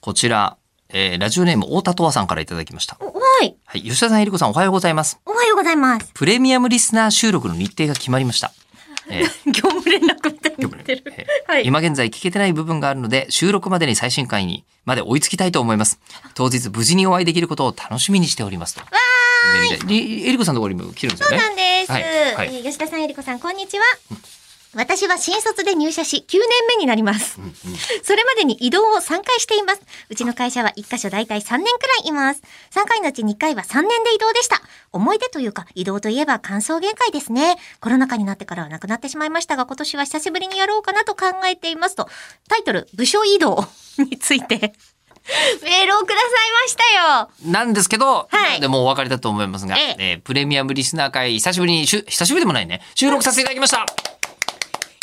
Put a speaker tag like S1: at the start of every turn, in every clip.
S1: こちら、えーラジオネーム、太田とわさんからいただきました。
S2: はい。
S1: はい、吉田さん、えりこさん、おはようございます。
S2: おはようございます。
S1: プレミアムリスナー収録の日程が決まりました。えー
S2: 業務連絡みたいに
S1: 業
S2: 言
S1: 務
S2: って
S1: 連絡
S2: る
S1: え。
S2: はい。
S1: 今現在聞けてない部分があるので、収録までに最新回にまで追いつきたいと思います。当日無事にお会いできることを楽しみにしておりますと。わーい。えりこさんのところにも来てるんですよ
S2: そう
S1: ね。
S2: なんです、
S1: はいはい
S2: えー吉田さん、えりこさん、こんにちは。私は新卒で入社し9年目になります。それまでに移動を3回しています。うちの会社は1カ所大体3年くらいいます。3回のうち2回は3年で移動でした。思い出というか、移動といえば感想限界ですね。コロナ禍になってからはなくなってしまいましたが、今年は久しぶりにやろうかなと考えていますと、タイトル、部署移動について、 メールをくださいましたよ。
S1: なんですけど、
S2: はい
S1: でもうお別れだと思いますが、
S2: え
S1: えープレミアムリスナー会、久しぶりにしゅ、久しぶりでもないね、収録させていただきました。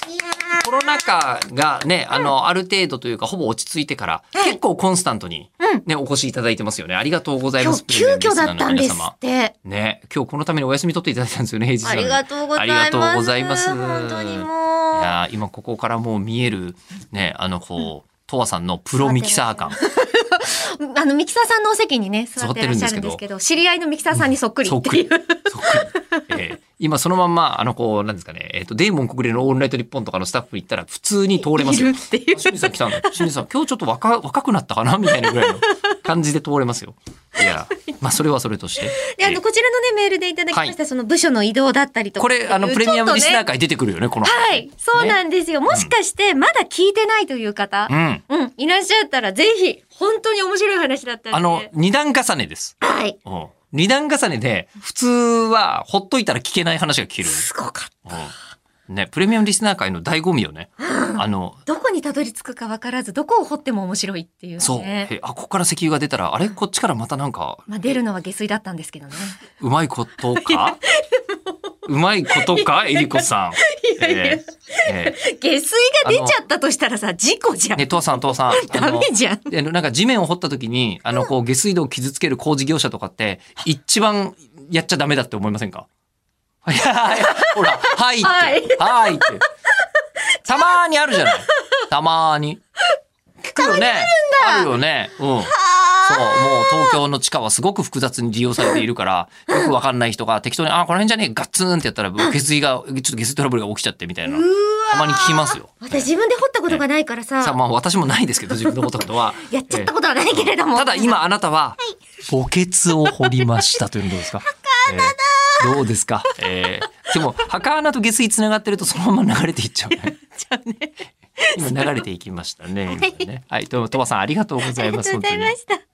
S2: いや
S1: コロナ禍がね、あの、ある程度というか、ほぼ落ち着いてから、
S2: はい
S1: 結構コンスタントに
S2: うん、
S1: ね、お越しいただいてますよね。ありがとうござい
S2: 今
S1: ます。
S2: 日急遽だったん
S1: プレミ
S2: です
S1: アムリスナーの皆様
S2: って。
S1: ね、今日このためにお休み取っていただいたん ですよね、平日な
S2: あ
S1: の
S2: り
S1: に
S2: がとうございます。
S1: ありがとうございます
S2: 本当にもう。
S1: いやー今ここからもう見えるねあのこうとわさんのプロミキサー感
S2: あの、ミキサーさんのお席にね、座
S1: 座
S2: っ
S1: ってて
S2: らっ
S1: るん
S2: し
S1: で
S2: ゃ
S1: すけ
S2: るん
S1: ど
S2: ですけど、知り合いのミキサーさんにそっくり
S1: そ
S2: っ
S1: ってく
S2: い
S1: り
S2: う。
S1: そっくり、えー今そのまんまあのこうなんですかねえっ、とデーモン国連のオールナイト日本とかのスタッフ行ったら普通に通れますよ
S2: いるっていう
S1: あ清水さん来たの清水さん今日ちょっと若若くなったかなみたいなぐらいの感じで通れますよいやまあそれはそれとして
S2: で、あ
S1: え
S2: の、
S1: ー
S2: こちらのね、メールでいただきました、その部署の移動だったりとか。
S1: これあのプレミアムリスナー
S2: か。
S1: 会出てくるよねこの
S2: はい、そうなんですよ。もしかして、まだ聞いてないという方、
S1: うん
S2: うん、いらっしゃったら、ぜひ、本当に面白い話だったんで。
S1: あの二段重ねです
S2: はい。
S1: うん二段重ねで普通はほっといたら聞けない話が聞ける
S2: すごかった。
S1: うんね、プレミアムリスナー界の醍醐味よね。あの、
S2: どこにたどり着くか分からず、どこを掘っても面白いっていうね。
S1: そう、えあ、ここから石油が出たら、あれこっちからまたなんか、
S2: まあ、出るのは下水だったんですけ どね。
S1: うまいことかうまいことかえりこさん。
S2: いやいや
S1: えーえ
S2: 下水が出ちゃったとしたらさ、事故じゃ
S1: ー
S2: ん。
S1: ね、父さん、父さん。あ
S2: ダ
S1: の
S2: メじゃん。
S1: でなんか地面を掘った時に、あの、こう、下水道を傷つける工事業者とかって、一番やっちゃダメだって思いませんかいやいやほら、はいって、
S2: はい
S1: はいって。たまーにあるじゃないたまーに。聞くよね。あるよね。うん。そう、もう東京の地下はすごく複雑に利用されている から、よくわかんない人が適当に、あー、この辺じゃねえ、ガッツンってやったら、下水が、ちょっと下水トラブルが起きちゃってみたいな
S2: う。
S1: たま
S2: わ。
S1: に聞きますよ。
S2: 私自分で掘ったことがないからさ、
S1: さあ、まあ私もないですけど、自分のことことは。
S2: やっちゃったことはないけれども。
S1: ただ 今あなたは、墓穴を掘りましたというのどうですか墓穴だ、えーどうですか、えーでも墓穴と下水つながってるとそのまま流れていっ ちゃうね今流れていきましたね今ねはいどうも鳥羽さんありがとうございます
S2: ありがとうございました。